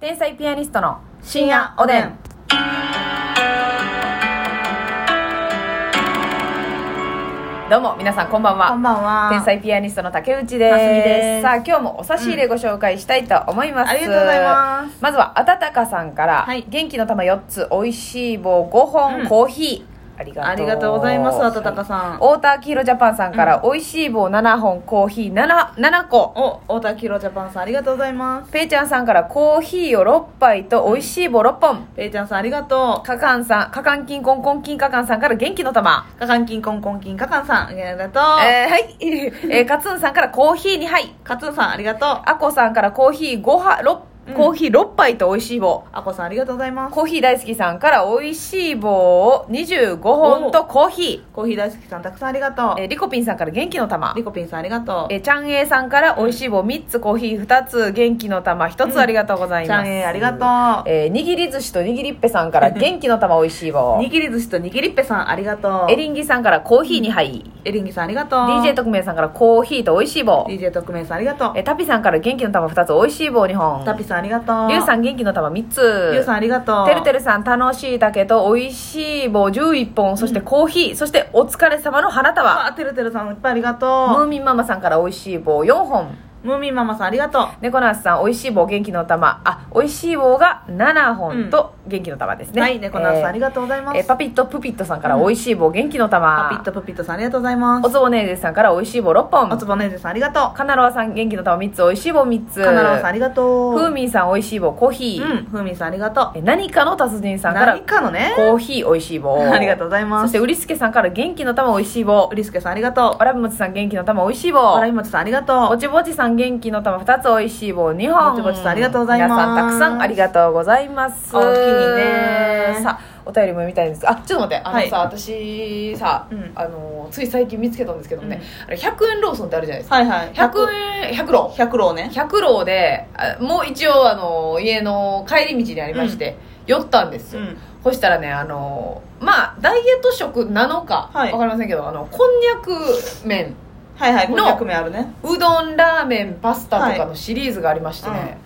天才ピアニストの深夜おでん。どうも皆さんこんばんこんは。ばんは。天才ピアニストの竹内です。ますみですさあ今日もお差し入れご紹介したいと思います。ありがとうございます。まずはあたたかさんから、はい元気の玉4つ美味しい棒5本、うんコーヒーありがとうありがとうございます、あたたかんさん。太田黄色ジャパンさんから、美味しい棒7本コーヒー 7, 7個お、太田キロジャパンさん、ありがとうございます。ペイちゃんさんからコーヒーを6杯と美味しい棒6本ペイちゃんさん、ありがとかかんさんかかんきんこんこんきんかかんさんから元気の玉う。かかんきんこんこんきんかかんさん、ありがとう。えーはい、 えー、かつんさんからコーヒー2杯かつんさん、ありがとう。あこさんからコーヒー5杯うんコーヒー6杯と美味しい棒あこさん、ありがとうございます。コーヒー大好きさんから美味しい棒を25本とコーヒーコーヒー大好きさん、たくさんありがとえう。ーリコピンさんから元気の玉リコピンさん、ありがとう。えーちゃんえいさんから美味しい棒3つコーヒー2つ元気の玉1うんつありがとうございちゃます、んえーありがとう。えー握り寿司と握りっぺさんから元気の玉美味しい棒にぎり寿司とにぎりっぺさん、ありがとう。エリンギさんからコーヒー2杯、エリンギさん、ありがとう。 DJ 特命さんからコーヒーと美味しい棒、 DJ 特命さん、ありがとうえ。ータピさんから元気の玉2つ美味しい棒2本タピさん、ありがとう。リュウさん元気の玉3つリュウさん、ありがとう。てるてるさん楽しいだけど美味しい棒11本そしてコーヒー、そしてお疲れ様の花束あ、てるてるさん、いっぱいありがムーとミンママさんから美味しい棒4本う。ムーミンママさん、ありがとう。猫ナースさん美味しい棒元気の玉あ美味しい棒が7本と元気の玉ですね、はい、猫ナースさん、ありががとうございます。えーパピットプピットさんから美味しい棒元気の玉、パピットプピットさん、ありがとうございまおす。つぼねえぜさんから美味しい棒6本おつぼねじさん、ありがとカナロアさん元気の玉3つ美味しい棒3つう。かなろうさん、ありがとう。ふうみんさん美味しい棒コーヒー、うん、ふうみんさん、ありがとえ何かの達人う。さんから何かのね。コーヒー美味しい棒 ありがとうございまそしす。てうりすけさんから元気の玉美味しい棒うりすけさん、ありがと。わらびもちさん元気の玉美味しいう棒わらびもちさん、ありがぼとちぼちさん元気の玉2つ美味しい棒2本ぼちぼちさんありがとうございます皆さんたくさんありがとうございますおおきにねさあお便りも見たいんですがあちょっと待ってあのさ、は私さ、うんあのつい最近見つけたんですけどね、あれ100円ローソンってあるじゃないですう。か、はいはい。 100円100ロ100ローね。 100ロであもう一応あの家の帰り道にありまして、寄ったんですうよ、ん。そしたらねあのまあダイエット食なのか、はいわかりませんけどあのこんにゃく麺はいはい、の500名あるね。うどんラーメンパスタとかのシリーズがありましてね、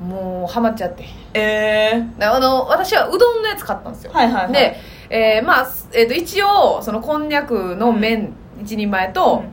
もうハマっちゃってえー。であの私はうどんのやつ買ったんですよ、はいはいはい。で、えーまあ、えー、と一応そのこんにゃくの麺一人前と、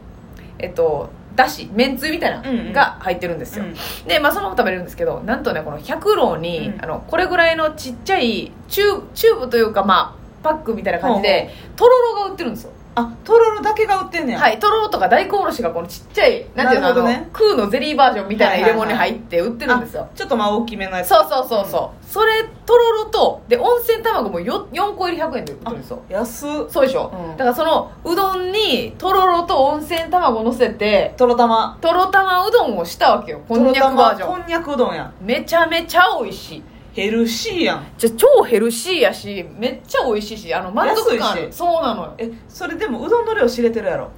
えっ、とだし麺つゆみたいなうんうんのが入ってるんですうよ、ん、で、まあ、そのまま食べれるんですけどなんとねこの百郎に、うんあのこれぐらいのちっちゃいチューブチューブというかまあパックみたいな感じでとろろが売ってるんですよあ、とろろだけが売ってんねや。はいとろろとか大根おろしがこのちっちゃいなんていうの,、なるほどあねの空のゼリーバージョンみたいな入れ物に入って売ってるんですよ、あちょっとまあ大きめのやつ。そうそうそうそうそれとろろとで温泉卵も 4, 4個入り100円で売ってるんですよ安っ。そうでしょ、うだんからそのうどんにとろろと温泉卵乗せてとろ玉。とろ玉うどんをしたわけよこんにゃくバージとろョン玉こんにゃくうどんや。めちゃめちゃ美味しいヘルシーやん。じゃ超ヘルシーやしめっちゃ美味しいしあの満足感あ安いるしそうなのよえ、それでもうどんの量知れてるやろ。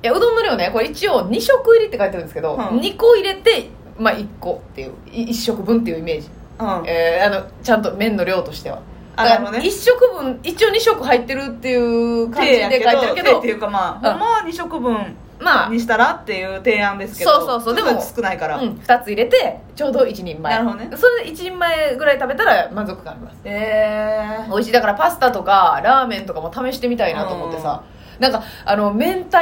いやうどんの量ねこれ一応2食入りって書いてるんですけど、うん2個入れて、まあ、1個っていう1食分っていうイメージ、うん。えーあのちゃんと麺の量としてはあだなるかほらどね1食分一応2食入ってるっていう感じ手やで書いてるけ手どっていうかまあ、んほんまは2食分まあ、うん、にしたらっていう提案ですけどそうそうそうでもちょっと少ないから、 2つ入れてちょうど1人前なるほどねそれで1人前ぐらい食べたら満足感ありますえ美味しいだからパスタとかラーメンとかも試してみたいなと思ってさ、なんかあの明太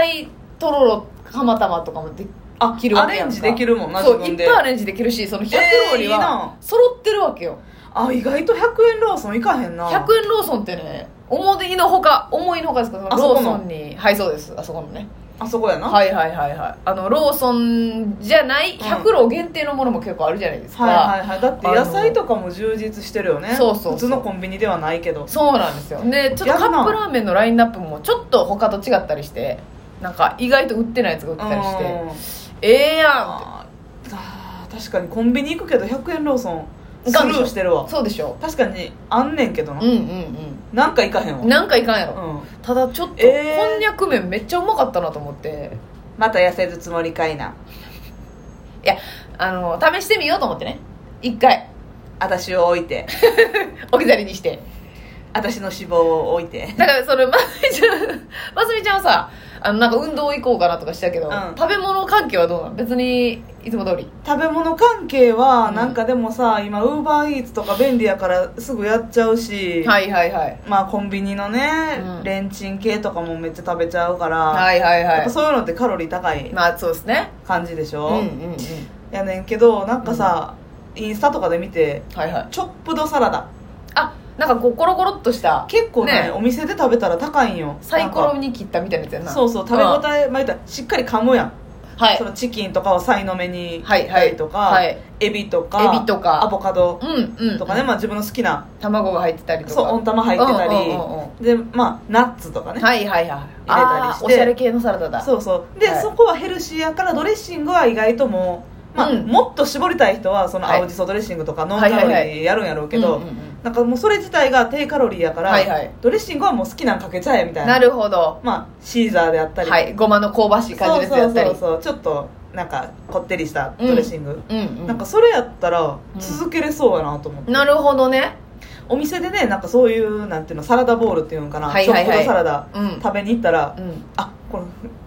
とろろ釜玉とかもであきるアわけレやんンかジできるもんなそ自うい分っでぱいアレンジできるしその100ロえーいにいはな揃ってるわけよ、あ意外と100円ローソンいかへんな100円ローソンってね思いのほか思いのほかですけどあそローこのソンにはいそうですあそこのねあそこやな、はいはいはいはいあのローソンじゃない100ロ限定のものも結構あるじゃないですか、はいはいはいだってあの野菜とかも充実してるよねそうそうそう普通のコンビニではないけどそうなんですよでちょっやとるなカップラーメンのラインナップもちょっと他と違ったりしてなんか意外と売ってないやつが売ってたりして、してええやあーあー確かにコンビニ行くけど100円ローソンいスかんルでしょーしてるんわそうでしょ確かにあんねんけどな、うんうんなんかいかへんうわんなんかいかんやろ、うんただちょっと、えーこんにゃく麺めっちゃうまかったなと思ってまた痩せるつもりかいないやあの試してみようと思ってね一 回私を置いて置き去りにして私の脂肪を置いて だからそれますみちゃんますみちゃんはさあのなんか運動行こうかなとかしたけど、うん食べ物関係はどうなの別にいつも通り食べ物関係はうんなんかでもさ、今ウーバーイーツとか便利やからすぐやっちゃうし、はいはいはいまあコンビニのね、うんレンチン系とかもめっちゃ食べちゃうから、はいはいやっはぱいそういうのってカロリー高いまあそうですね感じでしうょ、んうんうんやねんけどなんかさ、インスタとかで見てはいはいチョップドサラダあなんかこうコロコロっとした結構ねねお店で食べたら高いんよサイコロなんに切ったみたいなやつやかなそうそう食べ応え、まあ、言ったらしっかり噛むやん、うんはいそのチキンとかをさいの目にはいたりとか、はいエビとかエビとかアボカドうんうんとかね、まあ、自分の好きな卵が入ってたりとかそう温玉入ってたり、うんうんうんでまあナッツとかうんね、はいはいはいたりあしてーおしゃれ系のサラダだそうそうで、はいそこはヘルシーやからドレッシングは意外ともう、まあうんもっと絞りたい人はそのはい青じそドレッシングとかノンカロリはいはいはーやるんやろうけど、うんうんうんなんかもうそれ自体が低カロリーやから、はいはいドレッシングはもう好きなんかけちゃえみたいななるほどまあ、シーザーであったり、はいごまの香ばしい感じそのうやつやったりそうそうそうちょっとなんかこってりしたドレッシング、うんうんなんかそれやったらん続けれそうやなと思って、なるほどねお店でねなんかそういうなんていうのサラダボールっていうのかな、はいはいはいチョップドサラダうん食べに行ったら、うんあこ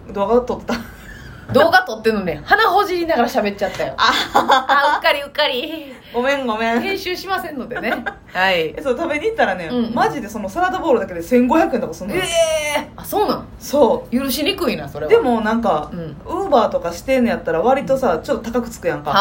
の動画撮 ってた動画撮ってんのね鼻ほじりながら喋っちゃったよああうっかりうっかりごめんごめん編集しませんのでねはい えそう食べに行ったらね、うんマジでそのサラダボールだけで1500円とかすんのえよえあそうなんそ許しにくいなそれうはでもなんかう、んウーバーとかしてんのやったら割とさちょっと高くつくやんかは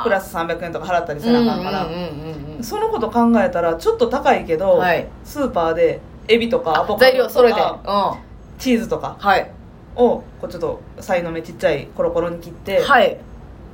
あプラス300円とか払ったりうせんうなうんあんうかんから、んそのこと考えたらちょっと高いけうど、んはいスーパーでエビとかアボカドとか材料揃えてうんはチーズとかいをこうちょっとさいの目ちっちゃいコロコロに切って、はい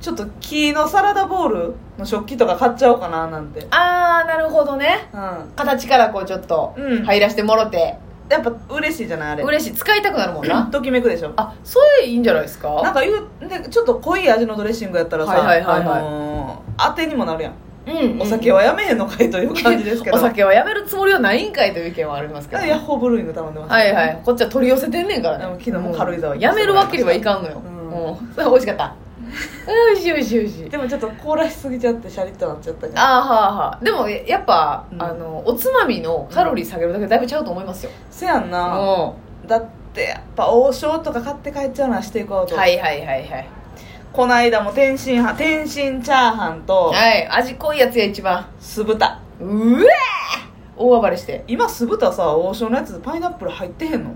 ちょっと木のサラダボールの食器とか買っちゃおうかななんて、うん、ああなるほどねや形からこうちょっとうん入らしてもろてっぱ嬉しいじゃないあれ嬉しい使いたくなるもんなときめくでしょあそれいいんじゃないですなんかかいうでちょっと濃い味のドレッシングやったらさ、はいはいはいはいあのー当てにもなるやんうんお酒はやめへんのかいという感じですけどお酒はやめるつもりはないんかいという意見はありますけどあヤッホーブルーイング頼んでます、はいはいこっちは取り寄せてんねんからねでも昨日も軽井沢行ってやめるわけにはいかんのよううんそれ美味しかったうん美味しい美味しい美味しいでもちょっと凍らしすぎちゃってシャリッとなっちゃったじゃんあーはあはあでもやっぱ、うんあのおつまみのカロリー下げるだけだいぶちゃうと思いますよ、せやんうん、な、はだってやっぱ王将とか買って帰っちゃうのはしていこういと、はいはいはいこないだも天津飯天津チャーハンとはい味濃いやつや一番酢豚うえ大暴れして今酢豚さ王将のやつパイナップル入ってへんの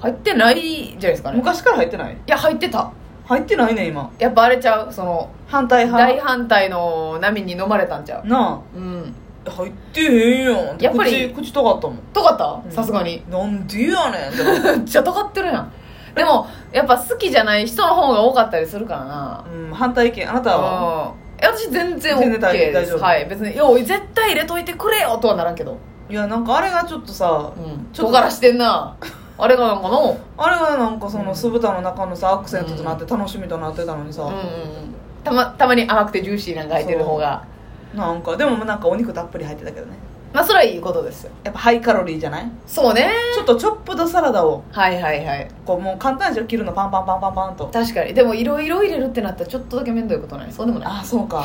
入ってないじゃないですかね昔から入ってないいや入ってた入ってないね今やっぱあれちゃうその反対大派反対の波に飲まれたんちゃうなうんあ入ってへんやんってやっぱり口口とかったもんとかっうたんさすがになんでやねんってなっ めっちゃ尖ってるやんでもやっぱ好きじゃない人の方が多かったりするからなた、うん、反対意見あなたはうん私全然 OK 全然大で大す丈夫はい別に「よう絶対入れといてくれよ」とはならんけどいやなんかあれがちょっとさうんちょっと尖らしてんなあれがなんかのあれがなんかそうんの酢豚の中のさアクセントとなって楽しみとなってたのにさ、うんうんうんたまたまに甘くてジューシーなんか入ってる方がなんかでもなんかお肉たっぷり入ってたけどねまあそれはいいことですよやっぱハイカロリーじゃないそうねちょっとチョップドサラダをはいはいはいこうもう簡単でしょ切るのパンパンパンパンパンと確かにでもいろいろ入れるってなったらちょっとだけ面倒いことないそうでもないああそうか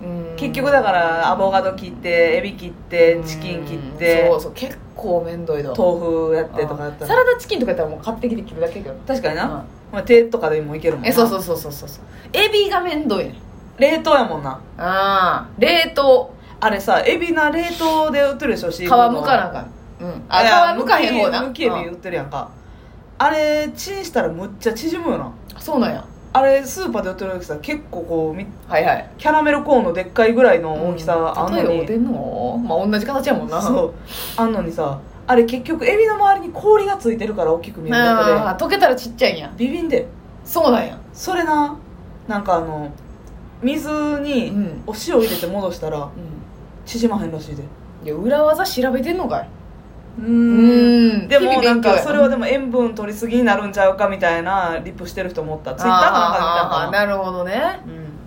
うん結局だからアボカド切ってエビ切ってチキン切ってそうそう結構面倒いだ豆腐やってとかやったサらラダチキンとかやったらもう買ってきて切るだけやけどな確かにうんな、まあ、手とかでもいけるもんなえそうそうそうそうそうそうエビが面倒いね冷凍やもんなああ冷凍あれさエビな冷凍で売ってるでしょシ皮ーむフードのかなあかんうんいやあ皮むかへん方なむきむきエビ売ってるやんかあれチンしたらむっちゃ縮むよなあそうなんやあれスーパーで売ってる時さ結構こうみはいはいキャラメルコーンのでっかいぐらいの大きさあんの例えに、ばおでんのまあ同じ形やもんなそうあんのにさあれ結局エビの周りに氷がついてるから大きく見えるだあー溶けたらちっちゃいんやけでビビンでそうなんやそれななんかあの水にうんお塩入れて戻したらうん縮まへんらしいでいや裏技調べてんのかいううーんんでもなんかそれはツでも塩分取りすぎになるんちゃうかみたいなリップしてる人もおったツイッターかなんかで見たんかなるほどね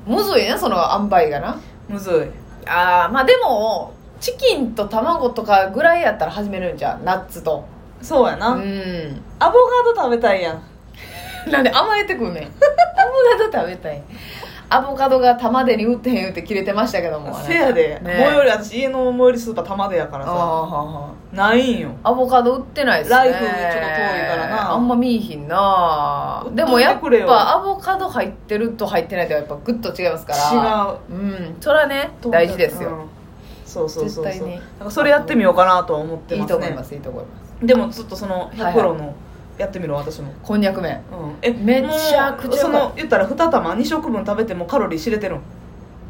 なむずいねその塩梅がなうんむずああまあでもチキンと卵とかぐらいやったら始めるんじゃんナッツといそうやな、うんアボカド食べたいやんなんで甘えてくんねんアボカド食べたいアボカドが玉でに売ってへん言うて切れてましたけどもせやで、ね最寄り私家の最寄りスーパー玉でやからあーさはーはないんよーアボカド売ってないですねライフちょっと遠いからなあんま見いひんな売っといてでもやっくれよぱアボカド入ってると入ってないとやっぱグッと違いますから違う違ううんそれはね大事ですうよ、んそうそうそう絶そう対になんかそれやってみようかなとは思っていいますねと思いますいいと思いますでもちょっとそのはいはい100ロのやってみろ私も、こんにゃく麺うんえめちゃくちゃもうその言ったら2玉2食分食べてもカロリー知れてるん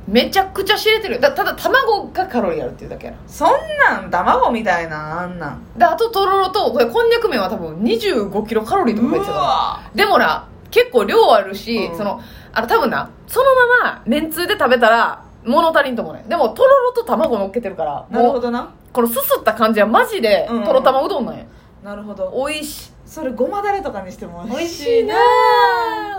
めちゃくちゃ知れてるだただ卵がカロリーあるっていうだけやなそんなん卵みたいなあんなんであととろろとこれこんにゃく麺は多分2 5キロカロリーとか入ってたからでもな結構量あるし、うんそのあの多分なそのままめんつゆで食べたら物足りんと思うねんでもとろろと卵乗っけてるからなるもほうどなこのすすった感じはマジでうんうんとろ玉うどんなんや、なるほどおいしいそれごまだれとかにしてもお美い味ししいいなな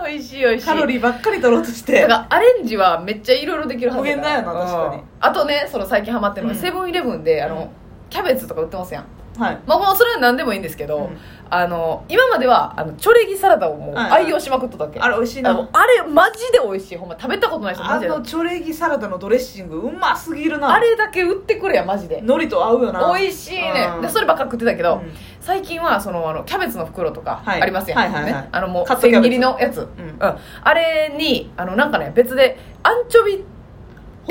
おいしいおいしいカロリーばっかり取ろうとしてだからアレンジはめっちゃいろいろできるはず無限だよな確かうにんあとねその最近ハマってるのが、うんセブンイレブンであうんのキャベツとか売ってますやんはいまあもうそれは何でもいいんですけど、うんあの今まではあのチョレギサラダをもうはいはい愛用しまくっとったわけ、あれ美味しいあなのあれマジで美味しいほんま食べたことない人マあジでのチョレギサラダのドレッシングうますぎるなあれだけ売ってくれやマジで海苔と合うよな美味しいねうんでそればっか食ってたけど、うん最近はそのあのキャベツの袋とかはいありますやん、はいはいはいね、あのもうカットキャベ千ツ切りのやつ、うんあれにあのなんかね別でアンチョビほう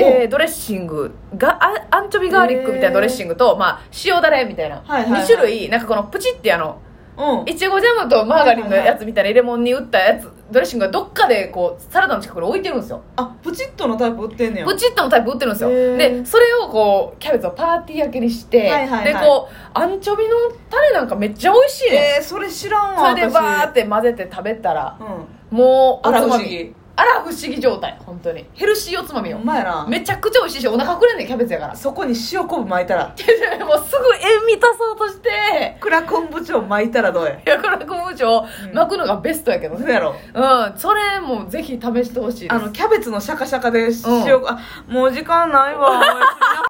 えードレッシングがあアンチョビガーリックみたいなドレッシングと、まあ、塩だれみたいな、はいはいはい2種類なんかこのプチってあのうんいちごジャムとマーガリンのやつみたいな入れ物に打ったやつドレッシングがどっかでこうサラダの近くに置いてるんですよあプチッとのタイプ売ってんねやブチッとのタイプ売ってるんですよへーでそれをこうキャベツをパーティー焼けにして、はいはいはいでこうアンチョビのタレなんかめっちゃ美味しいね、えー、それ知らんわそれで私バーって混ぜて食べたらうんもうあらお不つま思み議あら不思議状態本当にヘルシーおつまみよほんまやなめちゃくちゃ美味しいしお腹くれんねんキャベツやからそこに塩昆布巻いたらもうすぐ塩味足そうとして蔵昆布茶を巻いたらどうやヤクラ昆布茶をん巻くのがベストやけどそうねやろうんそれもぜひ試してほしいですあのキャベツのシャカシャカで塩、あもう時間ないわおやすみな